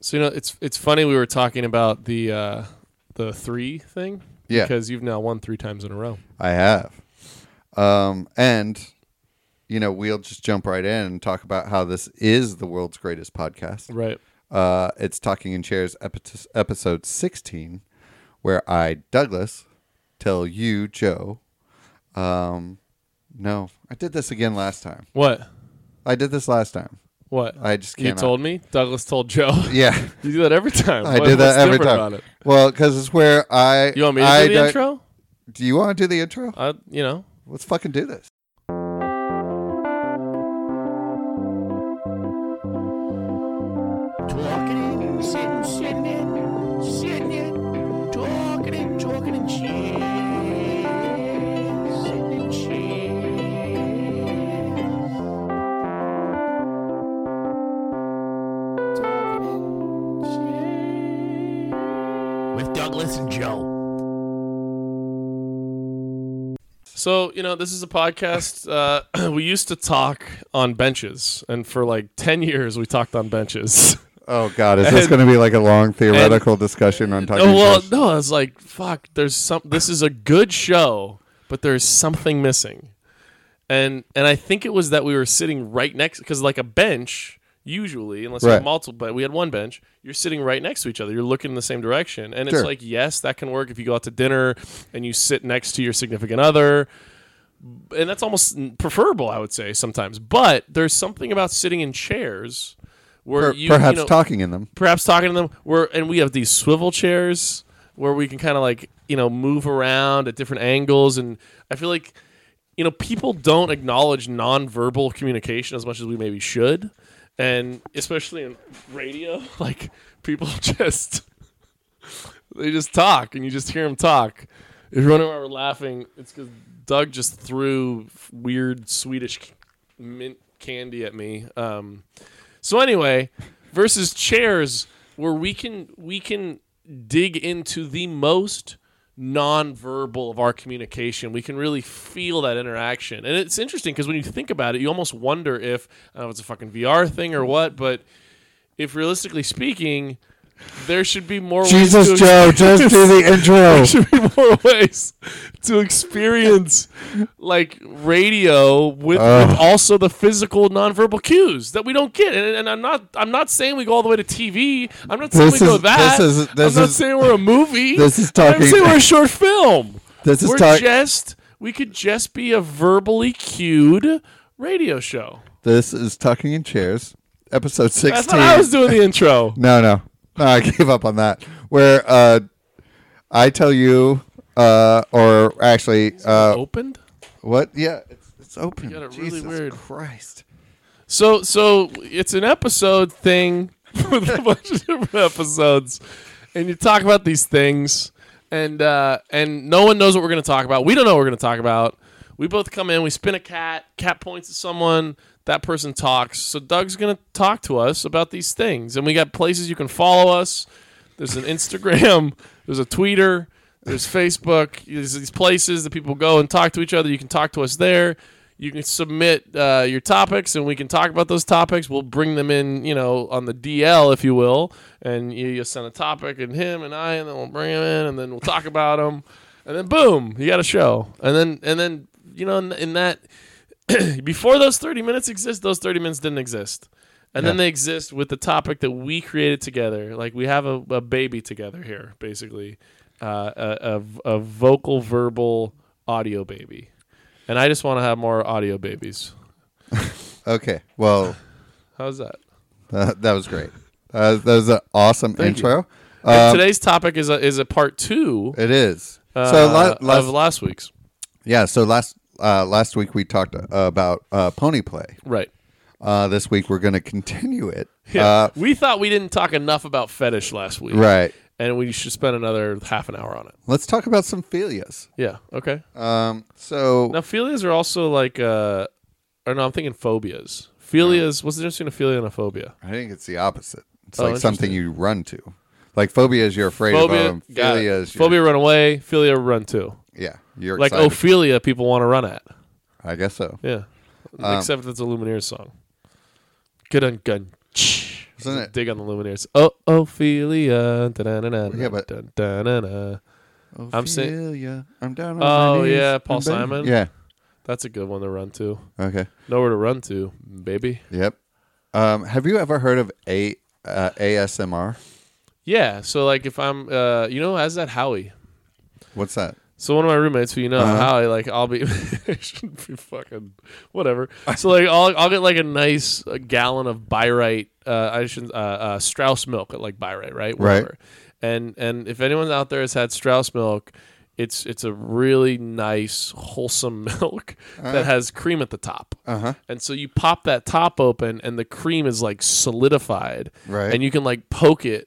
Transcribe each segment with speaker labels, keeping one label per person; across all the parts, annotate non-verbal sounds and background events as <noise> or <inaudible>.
Speaker 1: So you know, it's it's funny we were talking about the uh, the three thing.
Speaker 2: Yeah.
Speaker 1: Because you've now won three times in a row.
Speaker 2: I have. Um, and, you know, we'll just jump right in and talk about how this is the world's greatest podcast.
Speaker 1: Right.
Speaker 2: Uh, it's Talking in Chairs epi- episode 16, where I, Douglas, tell you, Joe. Um, no, I did this again last time.
Speaker 1: What?
Speaker 2: I did this last time.
Speaker 1: What?
Speaker 2: I just
Speaker 1: you
Speaker 2: cannot.
Speaker 1: told me. Douglas told Joe.
Speaker 2: <laughs> Yeah,
Speaker 1: you do that every time.
Speaker 2: I
Speaker 1: What-
Speaker 2: did that
Speaker 1: what's
Speaker 2: every
Speaker 1: different
Speaker 2: time.
Speaker 1: About it?
Speaker 2: Well, because it's where I.
Speaker 1: You want me to
Speaker 2: I
Speaker 1: do the
Speaker 2: don't-
Speaker 1: intro?
Speaker 2: Do you want to do the intro?
Speaker 1: I, you know.
Speaker 2: Let's fucking do this.
Speaker 3: Talking and sitting, sitting in, sitting in, talking and talking and cheers, sitting in cheers. Talking and cheers. With Douglas and Joe.
Speaker 1: So you know, this is a podcast. Uh, <clears throat> we used to talk on benches, and for like ten years, we talked on benches. <laughs>
Speaker 2: Oh God, is this
Speaker 1: And-
Speaker 2: going to be like a long theoretical discussion on talking?
Speaker 1: oh well,
Speaker 2: Chairs?
Speaker 1: no, I was like, fuck. There's some. This is a good show, but there's something missing, and and I think it was that we were sitting right next because like a bench usually, unless you have
Speaker 2: Right.
Speaker 1: multiple, but we had one bench. You're sitting right next to each other. You're looking in the same direction, and
Speaker 2: Sure.
Speaker 1: it's like yes, that can work if you go out to dinner and you sit next to your significant other. and that's almost preferable, I would say, sometimes. But there's something about sitting in chairs where
Speaker 2: Per-
Speaker 1: you
Speaker 2: perhaps
Speaker 1: you know,
Speaker 2: talking in them.
Speaker 1: perhaps talking to them. Where and we have these swivel chairs where we can kind of like you know move around at different angles, and I feel like you know people don't acknowledge nonverbal communication as much as we maybe should, and especially in radio, <laughs> like people <laughs> just they just talk and you just hear them talk. If you wonder why we're laughing, it's because Doug just threw f- weird Swedish c- mint candy at me. Um, so anyway, versus chairs where we can we can dig into the most nonverbal of our communication. We can really feel that interaction, and it's interesting because when you think about it, you almost wonder if I don't know if it's a fucking VR thing or what, but if realistically speaking. There should be more ways to
Speaker 2: Jesus, Joe, just
Speaker 1: <laughs>
Speaker 2: do the intro.
Speaker 1: there should be more ways to experience like radio with, with also the physical nonverbal cues that we don't get. And, and I'm not I'm not saying we go all the way to TV. I'm not saying
Speaker 2: This
Speaker 1: we go
Speaker 2: is-
Speaker 1: that.
Speaker 2: this is- this
Speaker 1: I'm not
Speaker 2: is-
Speaker 1: saying we're a movie.
Speaker 2: <laughs> this is
Speaker 1: I'm
Speaker 2: talking-
Speaker 1: saying we're a
Speaker 2: <laughs>
Speaker 1: short film.
Speaker 2: This is
Speaker 1: we're
Speaker 2: talk-
Speaker 1: just we could just be a verbally cued radio show.
Speaker 2: This is Talking in Chairs, episode 16.
Speaker 1: That's not how I was doing the intro.
Speaker 2: no, no. No, I <laughs> gave up on that. Where uh, I tell you, uh, or actually, uh,
Speaker 1: Opened.
Speaker 2: what? Yeah, it's, it's open.
Speaker 1: got it really
Speaker 2: Jesus
Speaker 1: weird.
Speaker 2: Christ.
Speaker 1: So so it's an episode thing <laughs> with a bunch of different episodes, and you talk about these things, and uh, and no one knows what we're gonna talk about. We don't know what we're gonna talk about. We both come in, we spin a cat, cat points at someone, that person talks. So Doug's gonna talk to us about these things, and we got places you can follow us. There's an Instagram, <laughs> there's a Twitter, there's Facebook. There's these places that people go and talk to each other. You can talk to us there. You can submit uh, your topics, and we can talk about those topics. We'll bring them in, you know, on the DL, if you will, and you, you send a topic, and him and I, and then we'll bring him in, and then we'll talk about them, and then boom, you got a show, and then and then you know, in, in that before those 30 minutes exist, those 30 minutes didn't exist. And then
Speaker 2: Yeah.
Speaker 1: they exist with the topic that we created together. Like we have a, a baby together here, basically, uh, a, a, a vocal, verbal, audio baby. And I just want to have more audio babies.
Speaker 2: Okay, well, <laughs>
Speaker 1: How's that?
Speaker 2: uh, that was great. Uh, that was an awesome
Speaker 1: Thank you.
Speaker 2: intro.
Speaker 1: And
Speaker 2: Um,
Speaker 1: today's topic is a, is a part two
Speaker 2: it is.
Speaker 1: uh,
Speaker 2: so, la- last,
Speaker 1: of last week's.
Speaker 2: yeah, so last uh, last week we talked uh, about uh, pony play.
Speaker 1: Right.
Speaker 2: Uh, this week we're going to continue it.
Speaker 1: <laughs> Yeah.
Speaker 2: Uh,
Speaker 1: we thought we didn't talk enough about fetish last week.
Speaker 2: right.
Speaker 1: And we should spend another half an hour on it.
Speaker 2: Let's talk about some philias.
Speaker 1: Yeah. Okay.
Speaker 2: Um, so
Speaker 1: Now, philias are also like, uh, or no, I'm thinking phobias. Philias, what's the difference between a philia and a phobia?
Speaker 2: I think it's the opposite. It's
Speaker 1: Oh,
Speaker 2: like something
Speaker 1: interesting.
Speaker 2: you run to. Like phobia is you're afraid of. Um,
Speaker 1: got it.
Speaker 2: philia is you're-
Speaker 1: phobia run away, philia run too.
Speaker 2: Yeah, you're
Speaker 1: Like oh,
Speaker 2: excited.
Speaker 1: Ophelia, people want to run at.
Speaker 2: I guess so. Um,
Speaker 1: Yeah. Except if it's a Lumineers song. Good on gun.
Speaker 2: Wasn't it?
Speaker 1: Dig on the Lumineers. Oh, Ophelia. Da-da-da-da,
Speaker 2: Yeah, but-
Speaker 1: da-da-da-da. I'm saying-
Speaker 2: Ophelia, Oh, I'm down. On
Speaker 1: Oh,
Speaker 2: my knees,
Speaker 1: yeah, Paul
Speaker 2: I'm begging-
Speaker 1: Simon?
Speaker 2: Yeah.
Speaker 1: that's a good one to run to.
Speaker 2: Okay.
Speaker 1: Nowhere to run to, baby.
Speaker 2: Yep. Um, have you ever heard of a uh, ASMR?
Speaker 1: Yeah. So like, if I'm, uh, you know, as that Howie.
Speaker 2: What's that?
Speaker 1: So one of my roommates, who you know,
Speaker 2: Uh-huh.
Speaker 1: Howie, like I'll be, <laughs> it shouldn't be fucking whatever. So like I'll I'll get like a nice uh gallon of Byrite, uh, I shouldn't uh, uh, Strauss milk at like Byrite, right? Whatever. And and if anyone out there has had Strauss milk, it's it's a really nice wholesome <laughs> milk that has cream at the top.
Speaker 2: Uh huh.
Speaker 1: And so you pop that top open, and the cream is like solidified.
Speaker 2: Right.
Speaker 1: And you can like poke it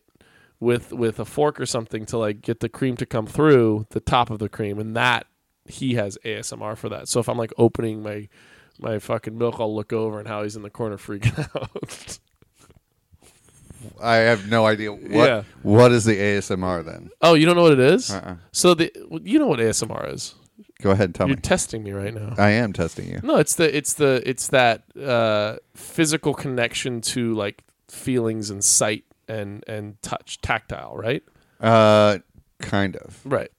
Speaker 1: with with a fork or something to like get the cream to come through the top of the cream, and that he has ASMR for that. So if I'm like opening my my fucking milk, I'll look over and Howie's in the corner freaking <laughs> out.
Speaker 2: I have no idea what
Speaker 1: Yeah.
Speaker 2: what is the ASMR then.
Speaker 1: oh, you don't know what it is?
Speaker 2: Uh-uh.
Speaker 1: So the you know what ASMR is?
Speaker 2: Go ahead and tell
Speaker 1: You're
Speaker 2: me. Uh.
Speaker 1: testing me right now.
Speaker 2: I am testing you.
Speaker 1: No, it's the it's the it's that uh, physical connection to like feelings and sight and and touch, tactile, right?
Speaker 2: Uh, kind of.
Speaker 1: Right.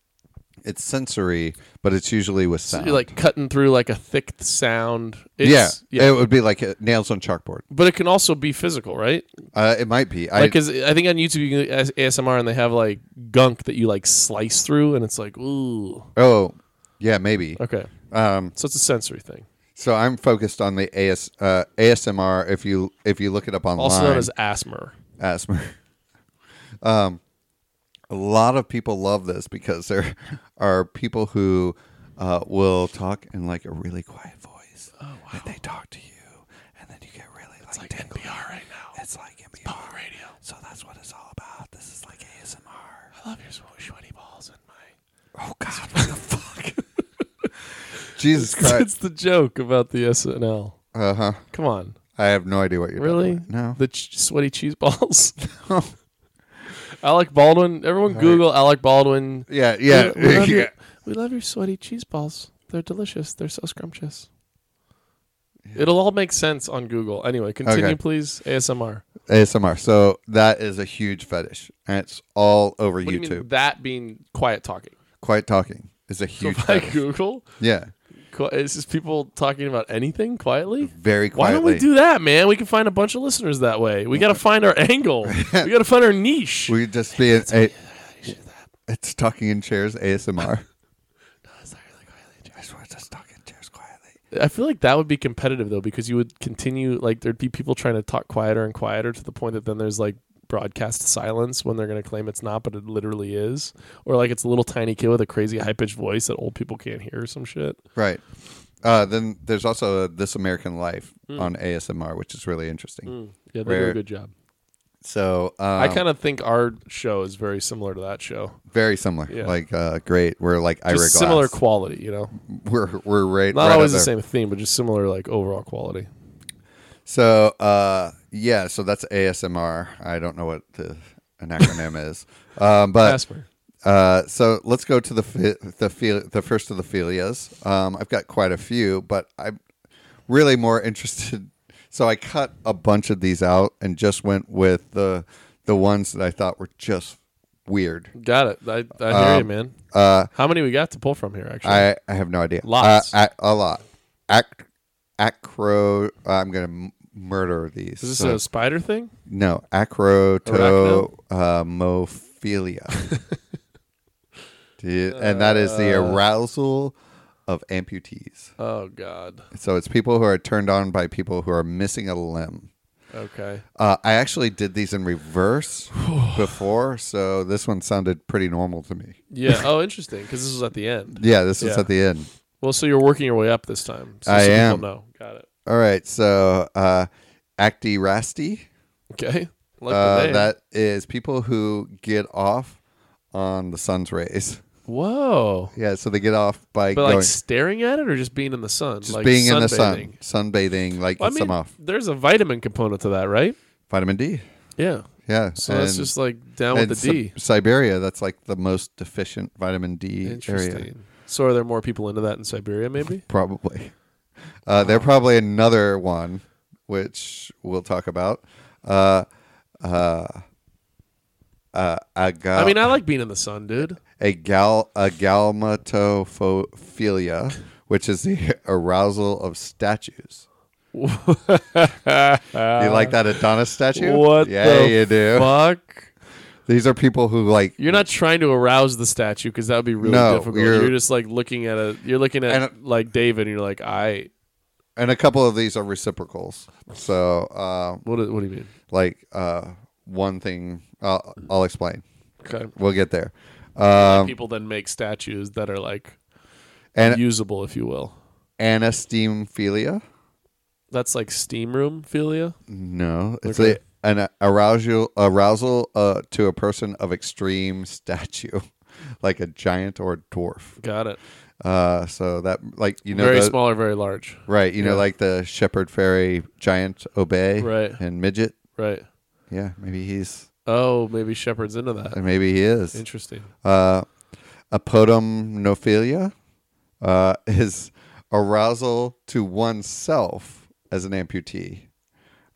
Speaker 2: It's sensory, but it's usually with
Speaker 1: So
Speaker 2: sound.
Speaker 1: you're like cutting through like a thick sound.
Speaker 2: yeah,
Speaker 1: It's, yeah.
Speaker 2: it would be like uh, nails on chalkboard.
Speaker 1: but it can also be physical, right?
Speaker 2: Uh, it might be.
Speaker 1: Like,
Speaker 2: I,
Speaker 1: cause I think on YouTube you can do ASMR and they have like gunk that you like slice through, and it's like ooh,
Speaker 2: oh, yeah, maybe.
Speaker 1: okay.
Speaker 2: Um,
Speaker 1: So it's a sensory thing,
Speaker 2: so I'm focused on the AS, uh, ASMR. If you if you look it up online,
Speaker 1: also known as asthma.
Speaker 2: <laughs> asthma. um, a lot of people love this because there <laughs> are people who uh, will talk in like a really quiet voice. Oh wow! And they talk to you, and then you get really like,
Speaker 1: Like
Speaker 2: tingly.
Speaker 1: NPR right now.
Speaker 2: It's like NPR.
Speaker 1: Public radio.
Speaker 2: So that's what it's all about. This is like ASMR.
Speaker 1: I love your sweaty balls and my <laughs>
Speaker 2: Oh God! What the fuck? <laughs>
Speaker 1: <laughs>
Speaker 2: Jesus Christ!
Speaker 1: That's the joke about the SNL.
Speaker 2: Uh huh.
Speaker 1: Come on,
Speaker 2: I have no idea what you're talking
Speaker 1: really?
Speaker 2: about. Uh, No.
Speaker 1: The ch- sweaty cheese
Speaker 2: <laughs>
Speaker 1: balls. Alec Baldwin. Everyone, Google Alec Baldwin.
Speaker 2: Yeah, yeah,
Speaker 1: We, <laughs> we love
Speaker 2: yeah. <laughs>
Speaker 1: your, we love your sweaty cheese balls. They're delicious. They're so scrumptious. It'll all make sense on Google. Anyway, continue,
Speaker 2: Okay.
Speaker 1: please. ASMR.
Speaker 2: ASMR. So that is a huge fetish, and it's all over
Speaker 1: What
Speaker 2: YouTube.
Speaker 1: do you mean that being quiet <laughs> talking?
Speaker 2: Quiet talking
Speaker 1: <laughs>
Speaker 2: is a
Speaker 1: So
Speaker 2: huge
Speaker 1: if I
Speaker 2: fetish.
Speaker 1: Google,
Speaker 2: Yeah,
Speaker 1: qu- it's just people talking about anything quietly.
Speaker 2: very
Speaker 1: Why
Speaker 2: quietly.
Speaker 1: don't we do that, man? We can find a bunch of listeners that way. We got to find our <laughs> angle. we got to find our niche.
Speaker 2: We
Speaker 1: <laughs>
Speaker 2: could just be an, a, it's talking in
Speaker 1: <laughs>
Speaker 2: chairs ASMR. I swear, just talk in chairs quietly.
Speaker 1: I feel like that would be competitive though, because you would continue like there'd be people trying to talk quieter and quieter to the point that then there's like broadcast silence when they're going to claim it's not, but it literally is, or like it's a little tiny kid with a crazy high pitched voice that old people can't hear or some shit.
Speaker 2: Right. Uh, then there's also This American Life
Speaker 1: Hmm.
Speaker 2: on ASMR, which is really interesting.
Speaker 1: Yeah, they do
Speaker 2: Where-
Speaker 1: a good job.
Speaker 2: So um,
Speaker 1: Hmm. I kind of think our show is very similar to that show,
Speaker 2: very similar,
Speaker 1: Yeah.
Speaker 2: like uh, great. We're like Ira
Speaker 1: just
Speaker 2: Glass. <laughs>
Speaker 1: similar quality. You know,
Speaker 2: we're we're right.
Speaker 1: not
Speaker 2: right
Speaker 1: always the
Speaker 2: up there.
Speaker 1: same theme, but just similar like overall quality.
Speaker 2: So uh, yeah, so that's ASMR. I don't know what the, an acronym
Speaker 1: <laughs>
Speaker 2: is, um, but
Speaker 1: Asper.
Speaker 2: uh, so let's go to the fi- the feel- the first of the philias. Um, I've got quite a few, but I'm really more <laughs> interested. So I cut a bunch of these out and just went with the the ones that I thought were just weird.
Speaker 1: Got it. I, I hear
Speaker 2: Um,
Speaker 1: you, man.
Speaker 2: Uh,
Speaker 1: How many we got to pull from here? Actually,
Speaker 2: I I have no idea.
Speaker 1: Lots.
Speaker 2: Uh, a, a lot. Ac- acro. I'm gonna m- murder these.
Speaker 1: is this
Speaker 2: So-
Speaker 1: a spider thing?
Speaker 2: No, acrotomophilia. Dude, and that is the
Speaker 1: Uh.
Speaker 2: arousal of amputees.
Speaker 1: Oh God.
Speaker 2: So it's people who are turned on by people who are missing a limb.
Speaker 1: Okay.
Speaker 2: Uh, I actually did these
Speaker 1: <sighs>
Speaker 2: in reverse before, so this one sounded pretty normal to me.
Speaker 1: Yeah.
Speaker 2: <laughs>
Speaker 1: Oh, interesting. Because this was at the end.
Speaker 2: Yeah, this is
Speaker 1: Yeah.
Speaker 2: at the end.
Speaker 1: Well, so you're working your way up this time. So
Speaker 2: I
Speaker 1: some
Speaker 2: am.
Speaker 1: People know. Got it.
Speaker 2: All right, so uh, actirasti.
Speaker 1: Okay. <laughs> Like the
Speaker 2: Uh,
Speaker 1: name.
Speaker 2: that is people who get off on the sun's rays.
Speaker 1: Whoa.
Speaker 2: Yeah, so they get off by
Speaker 1: But
Speaker 2: going.
Speaker 1: like staring at it, or just being in the sun,
Speaker 2: just
Speaker 1: like
Speaker 2: being in the sun,
Speaker 1: sunbathing?
Speaker 2: sunbathing, like
Speaker 1: Well, I
Speaker 2: gets
Speaker 1: mean,
Speaker 2: them off.
Speaker 1: there's a vitamin component to that, right?
Speaker 2: Vitamin D.
Speaker 1: Yeah.
Speaker 2: Yeah.
Speaker 1: So that's just like down with
Speaker 2: and
Speaker 1: the
Speaker 2: Sib-
Speaker 1: D.
Speaker 2: Siberia, that's like the most deficient vitamin D
Speaker 1: Interesting.
Speaker 2: area.
Speaker 1: So are there more people into that in Siberia? Maybe.
Speaker 2: Probably. Uh, They're probably another one, which we'll talk about. Uh, a gal,
Speaker 1: I mean, I like being in the sun,
Speaker 2: <laughs>
Speaker 1: dude.
Speaker 2: a gal, a galmatophilia, which is the <laughs> arousal of statues. you like that Adonis statue?
Speaker 1: Uh, What
Speaker 2: Yeah,
Speaker 1: the
Speaker 2: you do.
Speaker 1: fuck?
Speaker 2: These are people who like
Speaker 1: You're not trying to arouse the statue because that would be really
Speaker 2: No,
Speaker 1: difficult. You're,
Speaker 2: you're-
Speaker 1: just like looking at a. You're looking at
Speaker 2: And- uh,
Speaker 1: like David, and you're like, I.
Speaker 2: and a couple of these are reciprocals. So, um,
Speaker 1: What? do- What do you mean?
Speaker 2: like uh, one thing, I'll, I'll explain.
Speaker 1: Okay.
Speaker 2: We'll get there.
Speaker 1: People then make statues that are like
Speaker 2: And
Speaker 1: usable, if you will.
Speaker 2: anastemophilia?
Speaker 1: That's like steam room philia.
Speaker 2: No, it's
Speaker 1: Okay.
Speaker 2: a, an arousal arousal uh, to a person of extreme statue, <laughs> like a giant or a dwarf.
Speaker 1: Got it.
Speaker 2: Uh, so that like you know
Speaker 1: very
Speaker 2: the-
Speaker 1: small or very large.
Speaker 2: right? You know,
Speaker 1: Yeah.
Speaker 2: like the shepherd fairy giant obey
Speaker 1: Right.
Speaker 2: and midget.
Speaker 1: Right.
Speaker 2: Yeah, maybe he's
Speaker 1: Oh, maybe Shepard's into that.
Speaker 2: maybe he is.
Speaker 1: Interesting.
Speaker 2: uh, apodomnophilia uh, is arousal to oneself as an amputee. <laughs>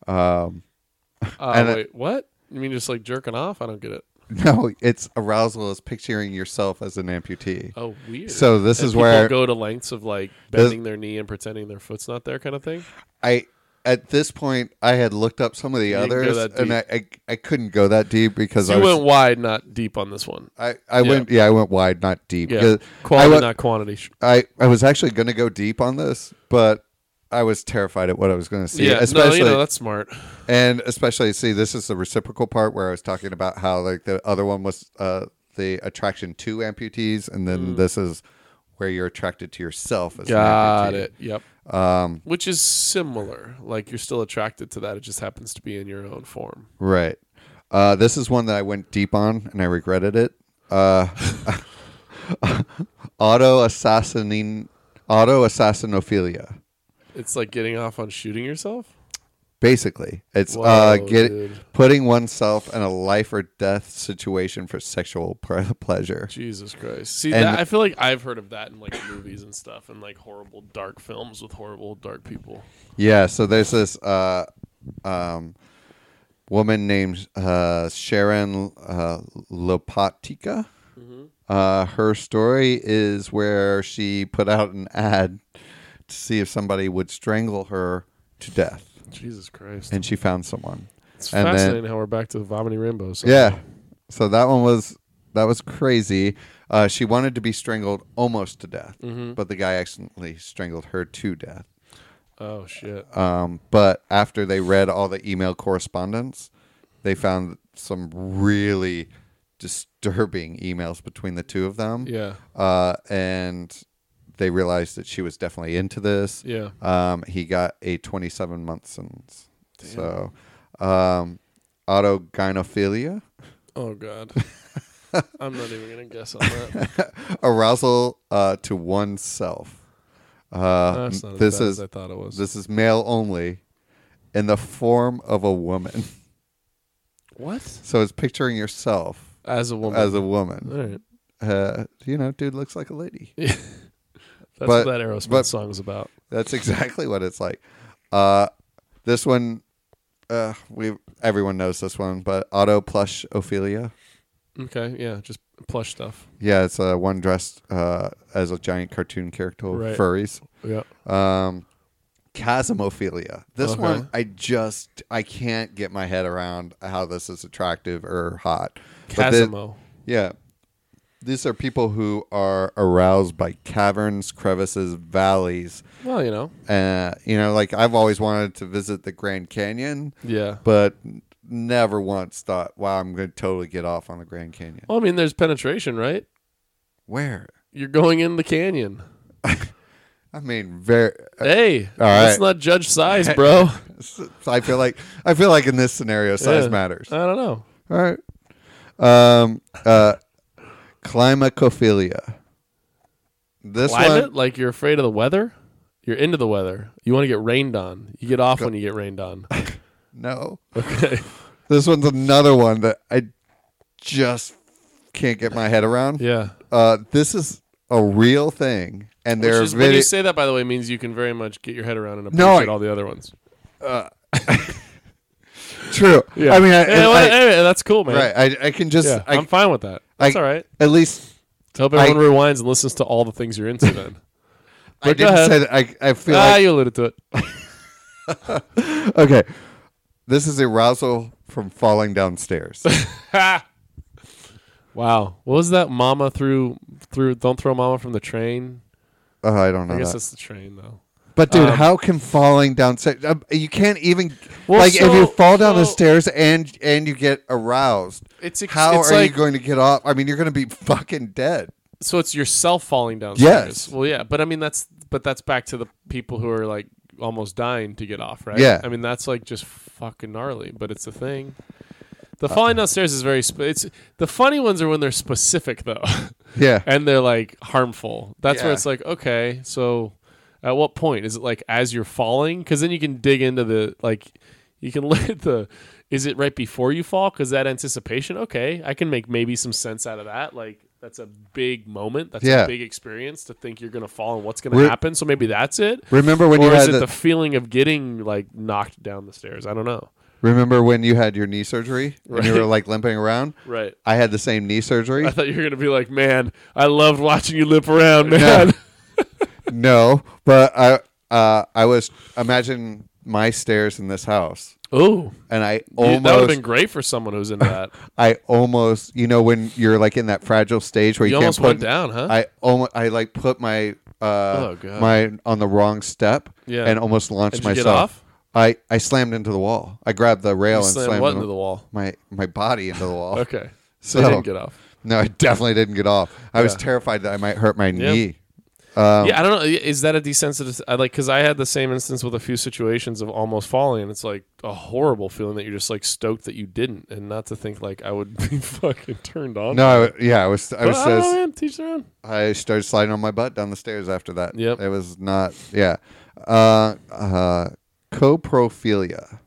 Speaker 1: Uh,
Speaker 2: <laughs> And, uh,
Speaker 1: wait, what? You mean just like jerking off? I don't get it.
Speaker 2: No, it's arousal is picturing yourself as an amputee.
Speaker 1: Oh, weird.
Speaker 2: So this
Speaker 1: And
Speaker 2: is
Speaker 1: people
Speaker 2: where-
Speaker 1: go to lengths of like bending their knee and pretending their foot's not there, kind of thing.
Speaker 2: I at this point I had looked up some of the
Speaker 1: didn't go
Speaker 2: others
Speaker 1: that
Speaker 2: and I, I I couldn't go that deep because I
Speaker 1: you
Speaker 2: was,
Speaker 1: went wide, not deep on this one.
Speaker 2: I, I
Speaker 1: Yeah.
Speaker 2: went yeah I went wide not deep.
Speaker 1: Yeah,
Speaker 2: 'Cause
Speaker 1: quality,
Speaker 2: I, wa-
Speaker 1: not quantity. Sh-
Speaker 2: I I was actually going to go deep on this, but I was terrified at what I was going to see.
Speaker 1: yeah, no,
Speaker 2: especially
Speaker 1: you know that's smart.
Speaker 2: and especially see this is the reciprocal part where I was talking about how like the other one was uh, the attraction to amputees, and then
Speaker 1: Mm.
Speaker 2: this is where you're attracted to yourself as
Speaker 1: Got
Speaker 2: an amputee.
Speaker 1: it. Yep. Um, Which is similar. Like you're still attracted to that. It just happens to be in your own form.
Speaker 2: Right. Uh, this is one that I went deep on and I regretted it. Uh, <laughs> auto assassinating, auto assassinophilia.
Speaker 1: It's like getting off on shooting yourself.
Speaker 2: Basically, it's
Speaker 1: Whoa,
Speaker 2: uh, get,
Speaker 1: dude.
Speaker 2: putting oneself in a life or death situation for sexual pre- pleasure.
Speaker 1: Jesus Christ. See,
Speaker 2: And-
Speaker 1: that, I feel like I've heard of that in like movies and stuff, and like horrible dark films with horrible dark people.
Speaker 2: Yeah. So there's this uh, um, woman named uh, Sharon uh, Lopatica. Uh, her story is where she put out an ad to see if somebody would strangle her to death,
Speaker 1: Jesus Christ.
Speaker 2: and she found someone.
Speaker 1: it's
Speaker 2: and then-
Speaker 1: fascinating how we're back to vomiting rainbows. So.
Speaker 2: Yeah. So that one was that was crazy. Uh, she wanted to be strangled almost to death, but the guy accidentally strangled her to death.
Speaker 1: Oh shit.
Speaker 2: Um, but after they read all the email correspondence, they found some really disturbing emails between the two of them.
Speaker 1: Yeah.
Speaker 2: Uh, and they realized that she was definitely into this.
Speaker 1: Yeah.
Speaker 2: Um, he got a 27 month sentence. So, um, autogynophilia,
Speaker 1: Oh <laughs> god. I'm not even gonna guess on <laughs> that.
Speaker 2: arousal uh, to oneself. Uh,
Speaker 1: That's not as
Speaker 2: this
Speaker 1: bad
Speaker 2: is
Speaker 1: as I thought it was.
Speaker 2: this is male only, in the form of a woman. <laughs>
Speaker 1: what?
Speaker 2: So it's picturing yourself
Speaker 1: As a woman.
Speaker 2: as a woman.
Speaker 1: All right.
Speaker 2: Uh, you know, dude looks like a lady.
Speaker 1: That's
Speaker 2: But-
Speaker 1: what that Aerosmith
Speaker 2: but-
Speaker 1: song's about.
Speaker 2: That's exactly what it's like. Uh, this one, uh, we everyone knows this one, but auto plush Ophelia.
Speaker 1: Okay, yeah, just plush stuff.
Speaker 2: Yeah, it's uh, one dressed uh, as a giant cartoon character with
Speaker 1: Right.
Speaker 2: furries.
Speaker 1: Yeah.
Speaker 2: Um, Chasmophilia. This
Speaker 1: Okay.
Speaker 2: one, I just I can't get my head around how this is attractive or hot. But the-
Speaker 1: Casimo.
Speaker 2: Yeah. These are people who are aroused by caverns, crevices, valleys.
Speaker 1: Well, you know.
Speaker 2: Uh, you know, like I've always wanted to visit the Grand Canyon,
Speaker 1: Yeah.
Speaker 2: but never once thought, wow, I'm going to totally get off on the Grand Canyon.
Speaker 1: Well, I mean, there's penetration, right?
Speaker 2: Where?
Speaker 1: You're going in the canyon.
Speaker 2: I mean, very.
Speaker 1: Hey,
Speaker 2: Uh, right.
Speaker 1: let's not judge <laughs> size, bro.
Speaker 2: <laughs> I feel like I feel like in this scenario, size
Speaker 1: Yeah.
Speaker 2: matters.
Speaker 1: I don't know.
Speaker 2: All right. Um. Uh. Climacophilia. This
Speaker 1: Climate?
Speaker 2: one,
Speaker 1: Like you're afraid of the weather? You're into the weather. You want to get rained on. You get off when you get rained
Speaker 2: <laughs>
Speaker 1: on.
Speaker 2: no.
Speaker 1: Okay.
Speaker 2: This one's another one that I just can't get my head around.
Speaker 1: yeah.
Speaker 2: Uh, this is a real thing, and
Speaker 1: Which
Speaker 2: there are
Speaker 1: is, when
Speaker 2: very
Speaker 1: you say that, by the way, means you can very much get your head around and
Speaker 2: No,
Speaker 1: appreciate
Speaker 2: I-
Speaker 1: all the other ones.
Speaker 2: True.
Speaker 1: Yeah.
Speaker 2: I mean, I,
Speaker 1: Yeah,
Speaker 2: I-
Speaker 1: well, hey, that's cool, man.
Speaker 2: right. I, I can just.
Speaker 1: Yeah,
Speaker 2: I,
Speaker 1: I, am fine with that.
Speaker 2: I-
Speaker 1: That's all right.
Speaker 2: At least
Speaker 1: I hope everyone rewinds and listens to all the things you're into. Then
Speaker 2: I
Speaker 1: But go
Speaker 2: didn't
Speaker 1: ahead.
Speaker 2: say that. I, I feel
Speaker 1: ah,
Speaker 2: <laughs> like
Speaker 1: you alluded to
Speaker 2: <laughs>
Speaker 1: it.
Speaker 2: okay. This is arousal from
Speaker 1: <laughs>
Speaker 2: falling downstairs. Uh,
Speaker 1: Wow, what was that? Mama through through. Don't throw mama from the train.
Speaker 2: oh, I don't know.
Speaker 1: I guess
Speaker 2: that.
Speaker 1: that's the train though.
Speaker 2: But dude,
Speaker 1: Um,
Speaker 2: how can falling down se- um, you can't even
Speaker 1: Well,
Speaker 2: like if
Speaker 1: so-
Speaker 2: you fall down the
Speaker 1: so-
Speaker 2: stairs and and you get aroused.
Speaker 1: It's ex-
Speaker 2: how
Speaker 1: it's
Speaker 2: are
Speaker 1: like-
Speaker 2: you going to get off? I mean, you're going to be <laughs> fucking dead.
Speaker 1: So it's yourself falling downstairs.
Speaker 2: Yes.
Speaker 1: Well, yeah, but I mean that's but that's back to the people who are like almost dying to get off, right?
Speaker 2: Yeah.
Speaker 1: I mean that's like just fucking gnarly, but it's a thing. The
Speaker 2: Uh,
Speaker 1: falling downstairs is very. Sp- it's the funny ones are when they're specific though, <laughs>
Speaker 2: Yeah.
Speaker 1: and they're like harmful. That's where
Speaker 2: Yeah.
Speaker 1: it's like okay, so at what point is it like as you're falling? Because then you can dig into the like, you can <laughs> look at the. Is it right before you fall? Because that anticipation, okay, I can make maybe some sense out of that. Like that's a big moment. That's
Speaker 2: Yeah.
Speaker 1: a big experience to think you're gonna fall and what's gonna
Speaker 2: Re-
Speaker 1: happen. So maybe that's it.
Speaker 2: Remember when
Speaker 1: or
Speaker 2: you
Speaker 1: is
Speaker 2: had
Speaker 1: it
Speaker 2: the,
Speaker 1: the feeling of getting like knocked down the stairs? I don't know.
Speaker 2: Remember when you had your knee surgery and you
Speaker 1: Right.
Speaker 2: were like limping around?
Speaker 1: <laughs> Right.
Speaker 2: I had the same
Speaker 1: <laughs>
Speaker 2: knee surgery.
Speaker 1: I thought you were gonna be like, man, I loved watching you lip around, man. <laughs>
Speaker 2: no, but I uh, I was imagine my stairs in this house,
Speaker 1: Ooh,
Speaker 2: and I
Speaker 1: You- that would have
Speaker 2: almost
Speaker 1: been great for someone who's
Speaker 2: <laughs>
Speaker 1: into that.
Speaker 2: I almost you know when you're like in that fragile stage where you,
Speaker 1: You
Speaker 2: can't
Speaker 1: almost
Speaker 2: put,
Speaker 1: went down, huh?
Speaker 2: I almost I like put my uh
Speaker 1: Oh, God.
Speaker 2: my on the wrong step
Speaker 1: Yeah.
Speaker 2: and almost launched
Speaker 1: Did you get
Speaker 2: myself.
Speaker 1: off?
Speaker 2: I I slammed into the wall. I grabbed the rail
Speaker 1: You
Speaker 2: and
Speaker 1: slammed
Speaker 2: slammed
Speaker 1: what into the wall?
Speaker 2: My my body into the
Speaker 1: <laughs>
Speaker 2: wall.
Speaker 1: Okay, so
Speaker 2: So,
Speaker 1: you didn't get off.
Speaker 2: No, I definitely didn't get off. I was
Speaker 1: Yeah.
Speaker 2: terrified that I might hurt my knee. Um,
Speaker 1: yeah, I don't know. Is that a desensitive? I like because I had the same instance with a few situations of almost falling, and it's like a horrible feeling that you're just like stoked that you didn't, and not to think like I would <laughs> be fucking turned on.
Speaker 2: No, I, yeah, I was I
Speaker 1: but
Speaker 2: was
Speaker 1: I don't know,
Speaker 2: just,
Speaker 1: man. Teach their own.
Speaker 2: I started sliding on my butt down the stairs after that.
Speaker 1: Yep.
Speaker 2: It was not yeah. Uh uh coprophilia.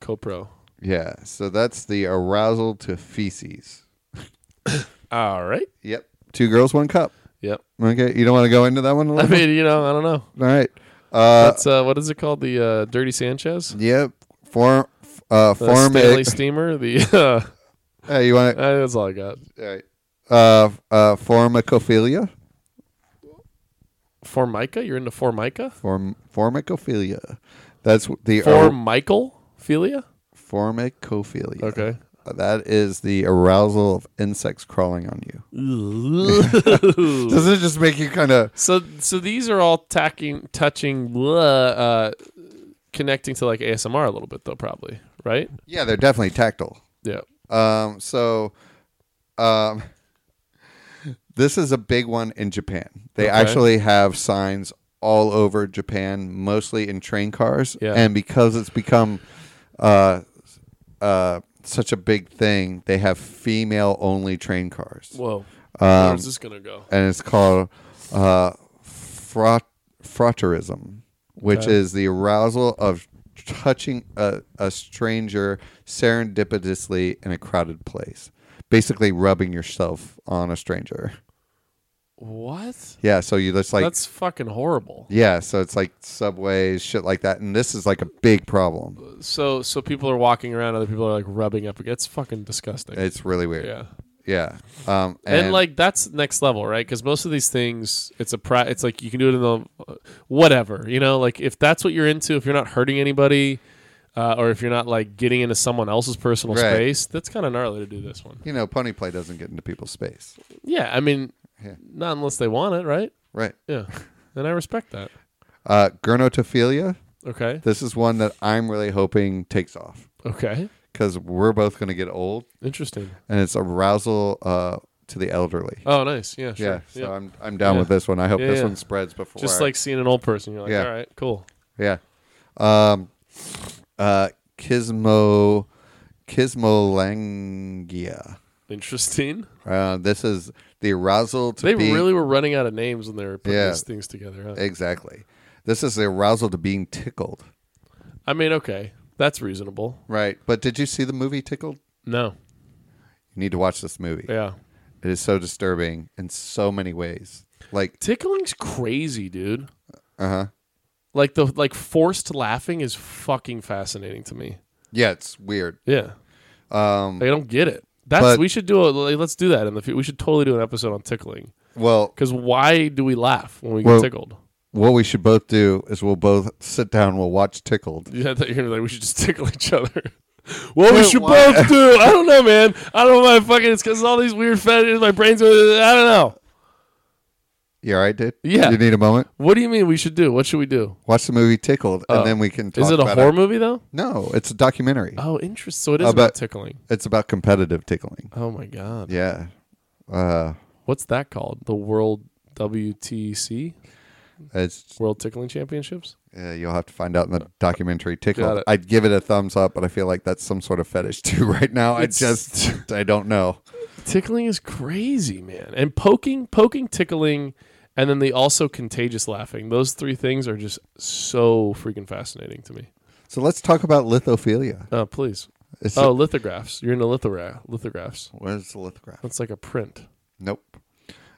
Speaker 1: Copro.
Speaker 2: Yeah. So that's the arousal to feces.
Speaker 1: All right.
Speaker 2: Yep. Two girls, one cup. <laughs>
Speaker 1: Yep.
Speaker 2: Okay, you don't want to go into that one a
Speaker 1: I
Speaker 2: little bit?
Speaker 1: mean, you know, I don't know.
Speaker 2: All right. Uh,
Speaker 1: That's uh, what is it called? The uh, Dirty Sanchez,
Speaker 2: yep. Form, f- uh,
Speaker 1: the
Speaker 2: form
Speaker 1: Stanley
Speaker 2: a.
Speaker 1: Steamer. The <laughs> uh,
Speaker 2: Hey, you want to?
Speaker 1: that's all I got.
Speaker 2: all right. Uh, uh, formicophilia.
Speaker 1: Formica. You're into Formica.
Speaker 2: Form, formicophilia. That's w- the
Speaker 1: For
Speaker 2: ar-
Speaker 1: Michael Philia.
Speaker 2: formicophilia. Uh,
Speaker 1: Okay.
Speaker 2: That is the arousal of insects crawling on you.
Speaker 1: so
Speaker 2: Doesn't it just make you kind of?
Speaker 1: <laughs> so these are all tacking, touching, blah, uh, connecting to like ASMR a little bit though, probably right?
Speaker 2: Yeah, they're definitely tactile.
Speaker 1: Yeah.
Speaker 2: Um, so, um, <laughs> this is a big one in Japan. They
Speaker 1: Okay.
Speaker 2: actually have signs all over Japan, mostly in train cars,
Speaker 1: Yeah.
Speaker 2: and because it's become uh, uh, such a big thing, they have female-only train cars,
Speaker 1: Whoa. Where's this gonna go?
Speaker 2: and it's called uh, fraud- frauterism, which
Speaker 1: Okay.
Speaker 2: is the arousal of touching a, a stranger serendipitously in a crowded place. Basically, rubbing yourself on a stranger.
Speaker 1: What?
Speaker 2: Yeah, so you just like
Speaker 1: That's fucking horrible.
Speaker 2: yeah, so it's like subways, shit like that, and this is like a big problem.
Speaker 1: So so people are walking around, other people are like rubbing up. It's fucking disgusting.
Speaker 2: It's really weird.
Speaker 1: yeah.
Speaker 2: Yeah. Um, and,
Speaker 1: And, like that's next level, right? Because most of these things, it's a pri- it's like you can do it in the whatever, you know. Like if that's what you're into, if you're not hurting anybody, uh, or if you're not like getting into someone else's personal
Speaker 2: Right.
Speaker 1: space, that's kind of gnarly to do this one.
Speaker 2: you know, pony play doesn't get into people's space,
Speaker 1: Yeah, I mean,
Speaker 2: Yeah.
Speaker 1: not unless they want it, right?
Speaker 2: right?
Speaker 1: Yeah,
Speaker 2: <laughs>
Speaker 1: and I respect that.
Speaker 2: Uh, gernotophilia.
Speaker 1: Okay,
Speaker 2: This is one that I'm really hoping takes off.
Speaker 1: okay,
Speaker 2: because we're both going to get old,
Speaker 1: interesting.
Speaker 2: and it's arousal uh, to the elderly.
Speaker 1: Oh, nice. Yeah, sure.
Speaker 2: yeah, so I'm I'm down with this one. I hope
Speaker 1: Yeah,
Speaker 2: this
Speaker 1: yeah.
Speaker 2: one spreads before.
Speaker 1: just
Speaker 2: I-
Speaker 1: like seeing an old person, you're like,
Speaker 2: Yeah.
Speaker 1: all right, cool.
Speaker 2: yeah, um, uh, kismo, kismolangia.
Speaker 1: Interesting.
Speaker 2: Uh, this is the arousal to
Speaker 1: They
Speaker 2: being
Speaker 1: really were running out of names when they were putting
Speaker 2: Yeah.
Speaker 1: these things together. Huh?
Speaker 2: exactly. This is the arousal to being tickled,
Speaker 1: I mean, okay, that's reasonable.
Speaker 2: right? But did you see the movie Tickled?
Speaker 1: No,
Speaker 2: You need to watch this movie.
Speaker 1: yeah.
Speaker 2: It is so disturbing in so many ways. Like,
Speaker 1: Tickling's crazy, dude.
Speaker 2: uh huh.
Speaker 1: Like the like forced laughing is fucking fascinating to me.
Speaker 2: Yeah, it's weird.
Speaker 1: Yeah. Um, I don't get it. That's
Speaker 2: but-
Speaker 1: we should do a like, let's do that in the future. We should totally do an episode on tickling
Speaker 2: Well,
Speaker 1: because why do we laugh when we get
Speaker 2: Well-
Speaker 1: tickled? <laughs>
Speaker 2: what we should both do is we'll both sit down. We'll watch Tickled.
Speaker 1: Yeah, I thought you were gonna be like we should just <laughs> tickle each other. Well, we
Speaker 2: Wait,
Speaker 1: should
Speaker 2: why? <laughs>
Speaker 1: both do. I don't know, man. I don't know. My fucking it's because all these weird fetishes. My brain's. I don't know.
Speaker 2: You all right, dude?
Speaker 1: Yeah.
Speaker 2: You need a moment.
Speaker 1: What do you mean we should do? What should we do?
Speaker 2: Watch the movie Tickled, and then we can. Talk
Speaker 1: Oh. Is it a
Speaker 2: about
Speaker 1: horror movie though?
Speaker 2: No, it's a documentary.
Speaker 1: Oh, interest. So it is
Speaker 2: Uh,
Speaker 1: about,
Speaker 2: but-
Speaker 1: tickling.
Speaker 2: It's about competitive tickling.
Speaker 1: Oh my god.
Speaker 2: Yeah. Uh,
Speaker 1: What's that called? The World WTC
Speaker 2: it's
Speaker 1: World Tickling Championships.
Speaker 2: uh, you'll have to find out in the documentary
Speaker 1: Got
Speaker 2: Tickled.
Speaker 1: it.
Speaker 2: I'd give it a thumbs up, but I feel like that's some sort of fetish <laughs> too right now.
Speaker 1: It's-
Speaker 2: I just I don't know.
Speaker 1: Tickling is crazy, man. And poking, poking, tickling, and then the also contagious laughing. Those three things are just so freaking fascinating to me.
Speaker 2: So let's talk about lithophilia.
Speaker 1: Oh, please.
Speaker 2: It's
Speaker 1: Oh, lithographs. You're into lithogra- lithographs.
Speaker 2: where's the lithograph?
Speaker 1: That's like a print.
Speaker 2: Nope.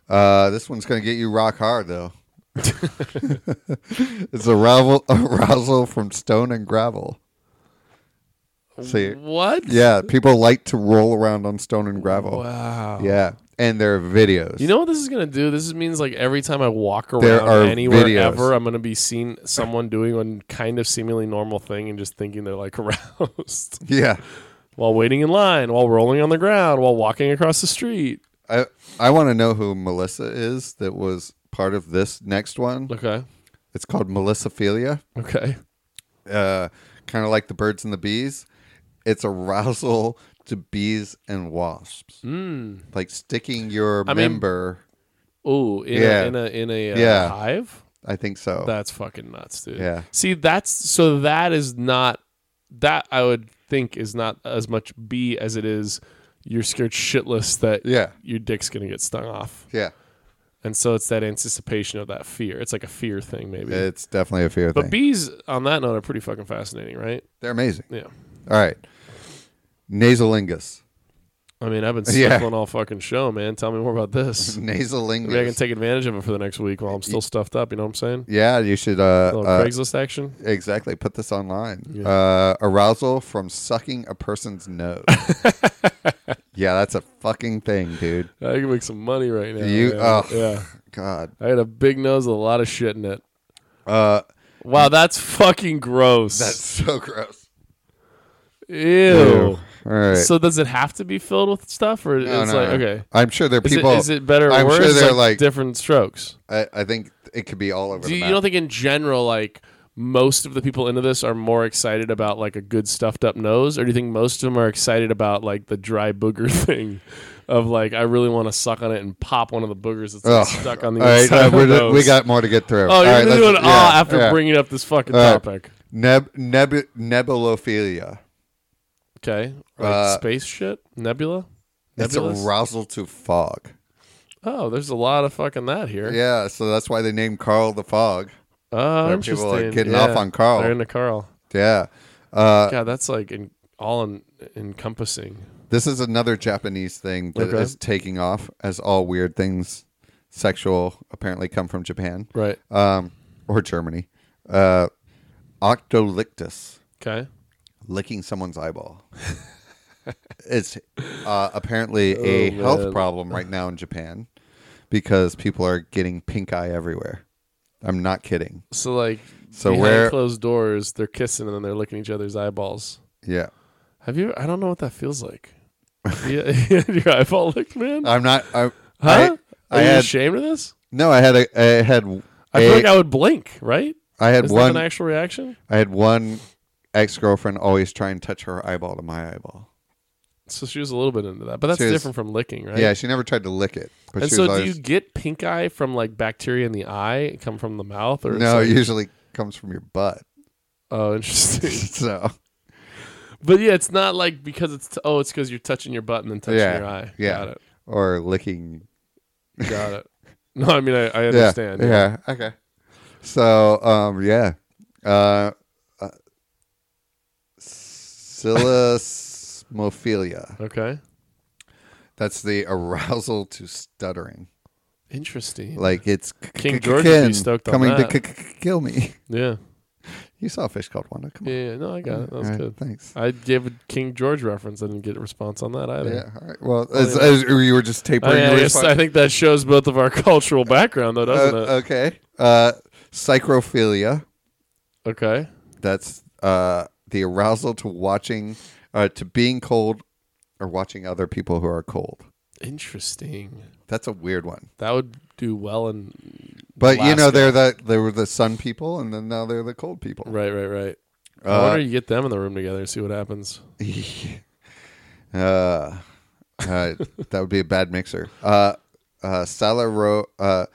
Speaker 2: Uh, this one's gonna get you rock hard though. <laughs> it's arousal, arousal from stone and gravel. See,
Speaker 1: What?
Speaker 2: yeah, people like to roll around on stone and gravel.
Speaker 1: Wow.
Speaker 2: Yeah, and there are videos.
Speaker 1: You know what this is gonna do? This is- means like every time I walk around
Speaker 2: There are
Speaker 1: anywhere
Speaker 2: videos.
Speaker 1: ever, I'm gonna be seeing someone doing one kind of seemingly normal thing and just thinking they're like <laughs> aroused
Speaker 2: Yeah,
Speaker 1: while waiting in line, while rolling on the ground, while walking across the street.
Speaker 2: I I want to know who Melissa is. That was part of this next one.
Speaker 1: Okay.
Speaker 2: It's called Melissophilia.
Speaker 1: Okay.
Speaker 2: Uh, kind of like the birds and the bees. It's arousal to bees and wasps,
Speaker 1: Mm.
Speaker 2: like sticking your
Speaker 1: I mean-
Speaker 2: member.
Speaker 1: Ooh, in
Speaker 2: Yeah.
Speaker 1: a in a in a uh,
Speaker 2: Yeah.
Speaker 1: hive.
Speaker 2: I think so.
Speaker 1: That's fucking nuts, dude.
Speaker 2: Yeah.
Speaker 1: See, that's so that is not that I would think is not as much B as it is you're scared shitless that
Speaker 2: yeah,
Speaker 1: your dick's gonna get stung off,
Speaker 2: yeah.
Speaker 1: and so it's that anticipation of that fear. It's like a fear thing, maybe.
Speaker 2: It's definitely a fear
Speaker 1: but
Speaker 2: thing.
Speaker 1: bees, on that note, are pretty fucking fascinating, right?
Speaker 2: They're amazing.
Speaker 1: Yeah.
Speaker 2: All right, nasolingus.
Speaker 1: I mean, I've been
Speaker 2: <laughs> Yeah.
Speaker 1: sniffling all fucking show, man. Tell me more about this.
Speaker 2: <laughs>
Speaker 1: Maybe I can
Speaker 2: Nasolingus.
Speaker 1: take advantage of it for the next week while I'm still stuffed up. You know what I'm saying?
Speaker 2: yeah, you should. Uh,
Speaker 1: A little
Speaker 2: uh,
Speaker 1: Craigslist action.
Speaker 2: Exactly. Put this online.
Speaker 1: Yeah.
Speaker 2: Uh, arousal from sucking a person's nose. yeah, that's a fucking thing, dude.
Speaker 1: I can make some money right now.
Speaker 2: You-
Speaker 1: man.
Speaker 2: oh.
Speaker 1: yeah.
Speaker 2: God.
Speaker 1: I had a big nose with a lot of shit in it.
Speaker 2: Uh,
Speaker 1: Wow, that's fucking gross.
Speaker 2: that's so gross.
Speaker 1: ew.
Speaker 2: All right.
Speaker 1: So does it have to be filled with stuff, or
Speaker 2: No,
Speaker 1: it's
Speaker 2: no,
Speaker 1: like
Speaker 2: no.
Speaker 1: okay?
Speaker 2: I'm sure there are
Speaker 1: Is,
Speaker 2: people.
Speaker 1: it, is it better or
Speaker 2: I'm
Speaker 1: worse?
Speaker 2: sure
Speaker 1: It's
Speaker 2: they're
Speaker 1: like,
Speaker 2: like-
Speaker 1: different strokes.
Speaker 2: I, I think it could be all over.
Speaker 1: Do
Speaker 2: the
Speaker 1: you,
Speaker 2: map.
Speaker 1: you don't think in general, like most of the people into this are more excited about like a good stuffed up nose, or do you think most of them are excited about like the dry booger <laughs> thing? Of like, I really want to suck on it and pop one of the boogers that's like,
Speaker 2: Ugh.
Speaker 1: stuck on the
Speaker 2: all right,
Speaker 1: inside.
Speaker 2: no,
Speaker 1: of
Speaker 2: we're
Speaker 1: the
Speaker 2: do- we
Speaker 1: nose.
Speaker 2: got more to get through.
Speaker 1: Oh,
Speaker 2: all
Speaker 1: you're
Speaker 2: right,
Speaker 1: gonna do
Speaker 2: let's-
Speaker 1: an
Speaker 2: yeah,
Speaker 1: ah after
Speaker 2: yeah. Uh,
Speaker 1: bringing up this fucking
Speaker 2: All right.
Speaker 1: topic.
Speaker 2: Neb- neb- nebulophilia.
Speaker 1: Okay. Like
Speaker 2: Uh,
Speaker 1: space shit? Nebula?
Speaker 2: It's
Speaker 1: Nebulas?
Speaker 2: arousal to fog.
Speaker 1: oh, there's a lot of fucking that here.
Speaker 2: Yeah, so that's why they named Carl the Fog.
Speaker 1: Oh,
Speaker 2: Where
Speaker 1: interesting.
Speaker 2: people are getting
Speaker 1: Yeah.
Speaker 2: off on Carl.
Speaker 1: They're into Carl.
Speaker 2: Yeah. Uh,
Speaker 1: God, that's like in, all en- encompassing.
Speaker 2: This is another Japanese thing that
Speaker 1: Okay.
Speaker 2: is taking off, as all weird things sexual apparently come from Japan
Speaker 1: Right.
Speaker 2: um, or Germany. Uh, octolictus,
Speaker 1: Okay.
Speaker 2: licking someone's eyeball. <laughs> it's uh, apparently a
Speaker 1: <laughs> Oh, man.
Speaker 2: health problem right now in Japan because people are getting pink eye everywhere. I'm not kidding.
Speaker 1: So, like,
Speaker 2: So
Speaker 1: behind
Speaker 2: where-
Speaker 1: closed doors, they're kissing and then they're licking each other's eyeballs.
Speaker 2: Yeah.
Speaker 1: Have you? I don't know what that feels
Speaker 2: <laughs>
Speaker 1: like. yeah, <laughs> your eyeball licked, man.
Speaker 2: I'm not. Uh, I,
Speaker 1: huh?
Speaker 2: I, I
Speaker 1: Are you
Speaker 2: had
Speaker 1: ashamed of this?
Speaker 2: no. I had a. I had.
Speaker 1: I feel
Speaker 2: a-
Speaker 1: like I would blink, right?
Speaker 2: I had
Speaker 1: Is
Speaker 2: one.
Speaker 1: that an actual reaction?
Speaker 2: I had one ex girlfriend always try and touch her eyeball to my eyeball.
Speaker 1: So she was a little bit into that, but that's
Speaker 2: She was-
Speaker 1: different from licking, right?
Speaker 2: Yeah, she never tried to lick it. But
Speaker 1: and
Speaker 2: she
Speaker 1: so,
Speaker 2: was
Speaker 1: do you
Speaker 2: always,
Speaker 1: get pink eye from like bacteria in the eye? Come from the mouth, or it's
Speaker 2: no,
Speaker 1: like-
Speaker 2: usually comes from your butt.
Speaker 1: <laughs>
Speaker 2: <laughs>
Speaker 1: Oh, interesting. <laughs>
Speaker 2: so
Speaker 1: but yeah, it's not like because it's t- oh, it's because you're touching your butt and then touching
Speaker 2: Yeah,
Speaker 1: your eye.
Speaker 2: yeah.
Speaker 1: Got it.
Speaker 2: or licking.
Speaker 1: Got it. No, I mean I, I
Speaker 2: Yeah,
Speaker 1: understand.
Speaker 2: Yeah, Okay. So um, yeah, uh, uh, psilismophilia.
Speaker 1: Okay.
Speaker 2: That's the arousal to stuttering.
Speaker 1: Interesting.
Speaker 2: Like it's c-
Speaker 1: King
Speaker 2: c-
Speaker 1: George would be
Speaker 2: kin
Speaker 1: stoked on
Speaker 2: coming
Speaker 1: that.
Speaker 2: to c- c- kill me. <laughs>
Speaker 1: yeah.
Speaker 2: You saw a fish called Wanda. Come on.
Speaker 1: Yeah, yeah, no, I got it. That was
Speaker 2: All right,
Speaker 1: good.
Speaker 2: Thanks.
Speaker 1: I gave a King George reference. I didn't get a response on that Oh, either.
Speaker 2: Yeah. All right. Well, as, as you were just tapering.
Speaker 1: I, mean,
Speaker 2: your
Speaker 1: I, guess,
Speaker 2: response.
Speaker 1: I think that shows both of our <laughs> cultural background, though, doesn't
Speaker 2: Uh, okay. Uh, psychrophilia.
Speaker 1: it? Okay.
Speaker 2: That's uh, the arousal to watching, uh, to being cold, or watching other people who are cold.
Speaker 1: Interesting.
Speaker 2: That's a weird one.
Speaker 1: That would do well in.
Speaker 2: But you
Speaker 1: Alaska.
Speaker 2: know, they're the they were the sun people, and then now they're the cold people.
Speaker 1: Right, right, right. I
Speaker 2: Uh,
Speaker 1: wonder you get them in the room together and see what happens.
Speaker 2: <laughs> uh, uh, that would be a bad mixer. Uh, uh, salaro, uh,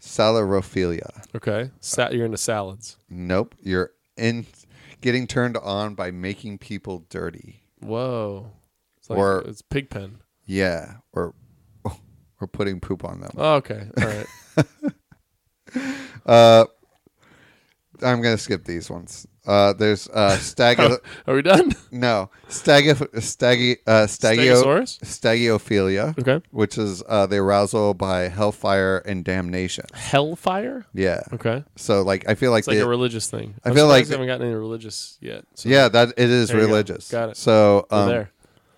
Speaker 2: salarophilia.
Speaker 1: Okay. Sa- you're into salads.
Speaker 2: Nope. You're in getting turned on by making people dirty.
Speaker 1: Whoa. It's like,
Speaker 2: Or-
Speaker 1: it's pig pen.
Speaker 2: Yeah, or <laughs> or putting poop on them.
Speaker 1: Oh, okay. All
Speaker 2: <laughs>
Speaker 1: right.
Speaker 2: I'm gonna skip these ones. Uh,
Speaker 1: <laughs>
Speaker 2: there's uh, stag.
Speaker 1: Are we done?
Speaker 2: no, stag. Stag. Uh, stagio.
Speaker 1: Stegosaurus?
Speaker 2: Stagiophilia.
Speaker 1: Okay.
Speaker 2: Which is uh, the arousal by hellfire and damnation.
Speaker 1: Hellfire?
Speaker 2: Yeah.
Speaker 1: Okay.
Speaker 2: So like, I feel like,
Speaker 1: It's like
Speaker 2: the-
Speaker 1: a religious thing.
Speaker 2: I
Speaker 1: I'm
Speaker 2: feel like
Speaker 1: surprised we haven't gotten any religious yet. So
Speaker 2: yeah, that it is
Speaker 1: There you go.
Speaker 2: religious.
Speaker 1: Got it.
Speaker 2: So
Speaker 1: we're
Speaker 2: um,
Speaker 1: there.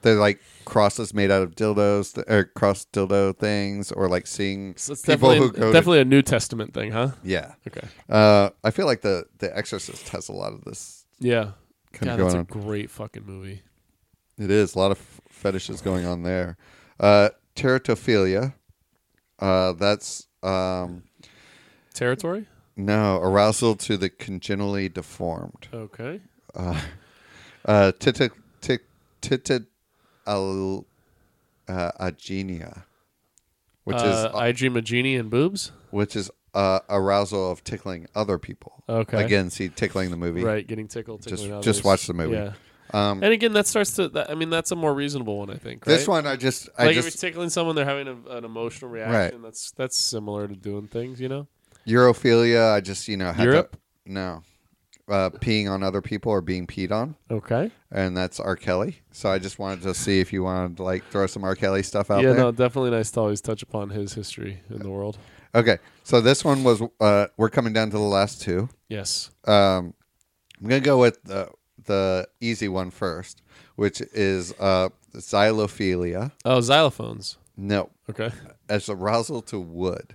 Speaker 2: they're like crosses made out of dildos th- or cross dildo things, or like seeing
Speaker 1: So it's
Speaker 2: people
Speaker 1: definitely,
Speaker 2: who go. to-
Speaker 1: definitely a New Testament thing, huh?
Speaker 2: yeah.
Speaker 1: Okay.
Speaker 2: Uh, I feel like the the Exorcist has a lot of this
Speaker 1: Yeah. God,
Speaker 2: kind of
Speaker 1: that's
Speaker 2: going
Speaker 1: a
Speaker 2: on.
Speaker 1: great fucking movie.
Speaker 2: It is a lot of f- fetishes going on there. Uh, teratophilia. Uh, that's um,
Speaker 1: Territory?
Speaker 2: no arousal to the congenitally deformed.
Speaker 1: Okay.
Speaker 2: Uh, tita tit tit al uh, agenia, which
Speaker 1: uh,
Speaker 2: is
Speaker 1: I dream of genie and boobs?
Speaker 2: which is uh, arousal of tickling other people.
Speaker 1: Okay.
Speaker 2: Again, see tickling the movie.
Speaker 1: Right, getting tickled.
Speaker 2: Just-
Speaker 1: tickling
Speaker 2: just
Speaker 1: others.
Speaker 2: watch the movie.
Speaker 1: Yeah.
Speaker 2: Um,
Speaker 1: and again, that starts to. That, I mean, that's a more reasonable one, I think. Right?
Speaker 2: This one, I just, I
Speaker 1: like
Speaker 2: just
Speaker 1: if you're tickling someone, they're having a, an emotional reaction. That's that's similar to doing things, you know.
Speaker 2: Europhilia. I just you know had
Speaker 1: Europe?
Speaker 2: To, no, uh, peeing on other people or being peed on,
Speaker 1: Okay.
Speaker 2: and that's R. Kelly. So I just wanted to see if you wanted to like throw some R. Kelly stuff out
Speaker 1: yeah,
Speaker 2: there.
Speaker 1: no, definitely nice to always touch upon his history in the world.
Speaker 2: Okay, so this one was uh, we're coming down to the last two.
Speaker 1: Yes.
Speaker 2: Um, I'm gonna go with the the easy one first, which is uh, xylophilia.
Speaker 1: Oh, xylophones.
Speaker 2: No,
Speaker 1: Okay.
Speaker 2: as arousal to wood,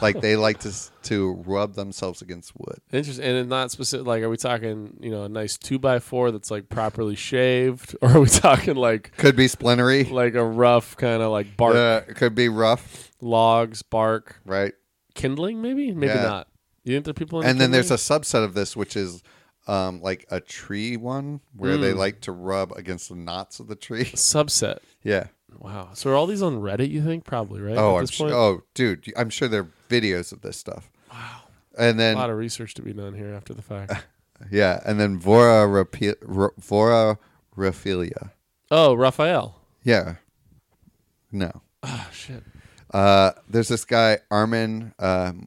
Speaker 2: like they like to s- to rub themselves against wood.
Speaker 1: Interesting. And it's not specific. Like, are we talking, you know, a nice two by four that's like properly shaved, <laughs> or are we talking like
Speaker 2: Could be splintery.
Speaker 1: like a rough kind of like bark,
Speaker 2: Uh, it could be rough,
Speaker 1: logs, bark,
Speaker 2: right?
Speaker 1: kindling? Maybe, maybe
Speaker 2: Yeah.
Speaker 1: not. You think there are people?
Speaker 2: and then there's a subset of this which is um, like a tree one where
Speaker 1: Mm.
Speaker 2: they like to rub against the knots of the tree.
Speaker 1: subset.
Speaker 2: Yeah.
Speaker 1: Wow. So are all these on Reddit? You think probably right?
Speaker 2: Oh,
Speaker 1: at
Speaker 2: I'm
Speaker 1: this
Speaker 2: sure.
Speaker 1: point?
Speaker 2: Oh, dude, you- I'm sure there are videos of this stuff. Wow. And then
Speaker 1: a lot of research to be done here after the
Speaker 2: <laughs>
Speaker 1: fact.
Speaker 2: yeah, and then Vora Vora Raphelia.
Speaker 1: oh, Raphael.
Speaker 2: Yeah. No.
Speaker 1: Oh shit.
Speaker 2: Uh, there's this guy Armin um,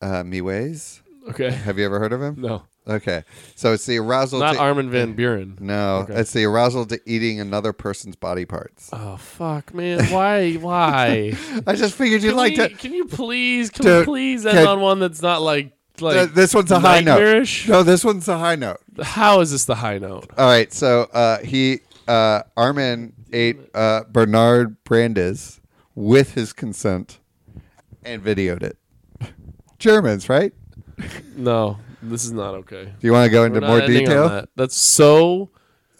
Speaker 2: uh, Miwes.
Speaker 1: Okay. <laughs>
Speaker 2: Have you ever heard of him?
Speaker 1: No,
Speaker 2: Okay, so it's the arousal.
Speaker 1: not
Speaker 2: to,
Speaker 1: Armin
Speaker 2: <laughs>
Speaker 1: van Buren.
Speaker 2: No,
Speaker 1: Okay.
Speaker 2: it's the arousal to eating another person's body parts.
Speaker 1: Oh fuck, man! Why?
Speaker 2: <laughs>
Speaker 1: Why?
Speaker 2: I just figured you'd
Speaker 1: Can
Speaker 2: like
Speaker 1: we-
Speaker 2: to.
Speaker 1: Can you please? Can
Speaker 2: Dude,
Speaker 1: we please end
Speaker 2: can-
Speaker 1: on one that's not like like
Speaker 2: Th- this one's a high note.
Speaker 1: nightmarish?
Speaker 2: No, this one's a high note.
Speaker 1: How is this the high note?
Speaker 2: All right, so uh, he uh, Armin ate uh, Bernard Brandes with his consent and videoed it. Germans, right?
Speaker 1: No, this is not okay.
Speaker 2: Do you want to go
Speaker 1: We're
Speaker 2: into
Speaker 1: not
Speaker 2: more
Speaker 1: ending on
Speaker 2: detail?
Speaker 1: that. That's so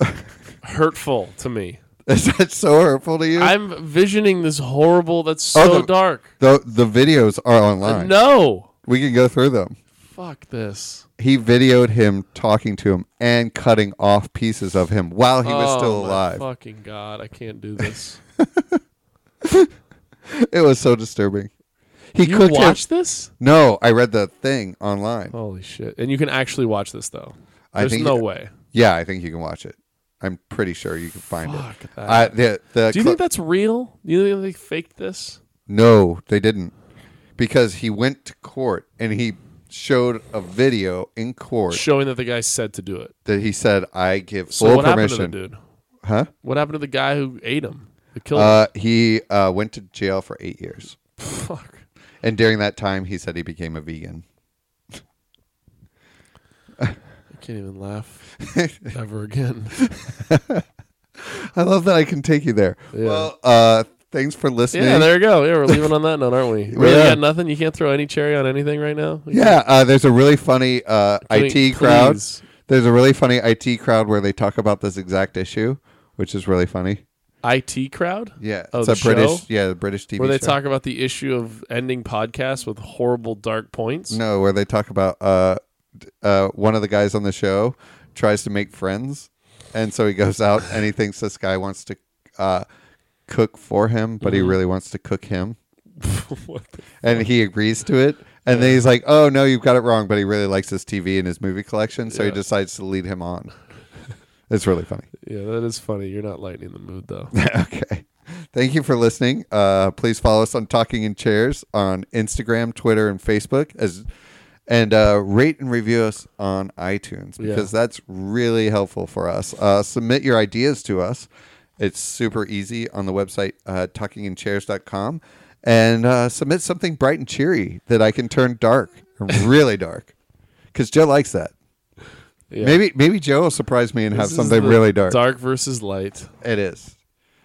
Speaker 1: <laughs> hurtful to me.
Speaker 2: <laughs> Is that so hurtful to you?
Speaker 1: I'm visioning this horrible. That's so
Speaker 2: Oh, the-
Speaker 1: dark.
Speaker 2: the the videos are online.
Speaker 1: No.
Speaker 2: We can go through them.
Speaker 1: Fuck this.
Speaker 2: He videoed him talking to him and cutting off pieces of him while he was
Speaker 1: Oh,
Speaker 2: still
Speaker 1: my
Speaker 2: alive.
Speaker 1: Fucking god, I can't do this.
Speaker 2: It was so disturbing. <laughs> He
Speaker 1: you
Speaker 2: cooked him-
Speaker 1: watch this?
Speaker 2: No, I read the thing online.
Speaker 1: Holy shit! And you can actually watch this though.
Speaker 2: I
Speaker 1: There's
Speaker 2: think-
Speaker 1: no way.
Speaker 2: Yeah, I think you can watch it. I'm pretty sure you can find it.
Speaker 1: Fuck that.
Speaker 2: I, the, the
Speaker 1: Do you
Speaker 2: cl-
Speaker 1: think that's real? Do you think they faked this?
Speaker 2: no, they didn't, because he went to court and he showed a video in court
Speaker 1: Showing that the guy said to do it.
Speaker 2: that he said, "I give
Speaker 1: So
Speaker 2: full
Speaker 1: what
Speaker 2: permission."
Speaker 1: happened to the dude?
Speaker 2: Huh?
Speaker 1: What happened to the guy who ate him? The killer.
Speaker 2: Uh, he uh, went to jail for eight years,
Speaker 1: Fuck.
Speaker 2: and during that time, he said he became a vegan.
Speaker 1: can't even laugh
Speaker 2: <laughs>
Speaker 1: ever again.
Speaker 2: I love that I can take you there.
Speaker 1: Yeah.
Speaker 2: Well, uh, thanks for listening.
Speaker 1: Yeah, there you go. Yeah, we're leaving on that note, aren't
Speaker 2: <laughs>
Speaker 1: we? We
Speaker 2: Yeah.
Speaker 1: got nothing. You can't throw any cherry on anything right now. We
Speaker 2: Yeah, uh, there's a really funny uh,
Speaker 1: Can we-
Speaker 2: IT crowd.
Speaker 1: please.
Speaker 2: There's a really funny IT crowd where they talk about this exact issue, which is really funny.
Speaker 1: IT crowd.
Speaker 2: Yeah,
Speaker 1: Oh,
Speaker 2: it's
Speaker 1: the
Speaker 2: a British,
Speaker 1: show?
Speaker 2: yeah, the British TV.
Speaker 1: Where they
Speaker 2: show.
Speaker 1: talk about the issue of ending podcasts with horrible dark points.
Speaker 2: No, where they talk about uh, d- uh, one of the guys on the show tries to make friends, and so he goes out and he thinks this guy wants to uh, cook for him, but he
Speaker 1: Mm-hmm.
Speaker 2: really wants to cook him,
Speaker 1: <laughs> What the-
Speaker 2: and he agrees to it. And then he's like, "Oh no, you've got it wrong." But he really likes his TV and his movie collection, so he
Speaker 1: Yeah.
Speaker 2: decides to lead him on. <laughs> it's really funny.
Speaker 1: yeah, that is funny. You're not lightening the mood
Speaker 2: <laughs>
Speaker 1: though.
Speaker 2: okay. Thank you for listening. Uh, please follow us on Talking in Chairs on Instagram, Twitter, and Facebook, as and uh, rate and review us on iTunes because that's really helpful for us. Uh, submit your ideas to us. It's super easy on the website uh, talkinginchairs.com and uh, submit something bright and cheery that I can turn dark,
Speaker 1: <laughs>
Speaker 2: really dark, because Joe likes that.
Speaker 1: Yeah.
Speaker 2: Maybe maybe Joe will surprise me and have
Speaker 1: This is
Speaker 2: something
Speaker 1: the
Speaker 2: really dark.
Speaker 1: Dark versus light.
Speaker 2: It is.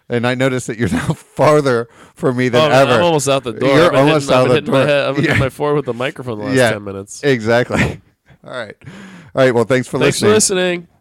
Speaker 2: And I noticed that you're <laughs> now farther from me
Speaker 1: Oh,
Speaker 2: than
Speaker 1: man,
Speaker 2: ever.
Speaker 1: I'm almost out the door.
Speaker 2: You're
Speaker 1: I've been
Speaker 2: almost
Speaker 1: hitting,
Speaker 2: out
Speaker 1: I've been hitting
Speaker 2: the
Speaker 1: My
Speaker 2: door.
Speaker 1: head, I've been hitting
Speaker 2: Yeah.
Speaker 1: my forehead with the microphone the last
Speaker 2: Yeah.
Speaker 1: ten minutes.
Speaker 2: <laughs> Exactly. All right. All right. Well, thanks for
Speaker 1: Thanks for
Speaker 2: listening.
Speaker 1: listening.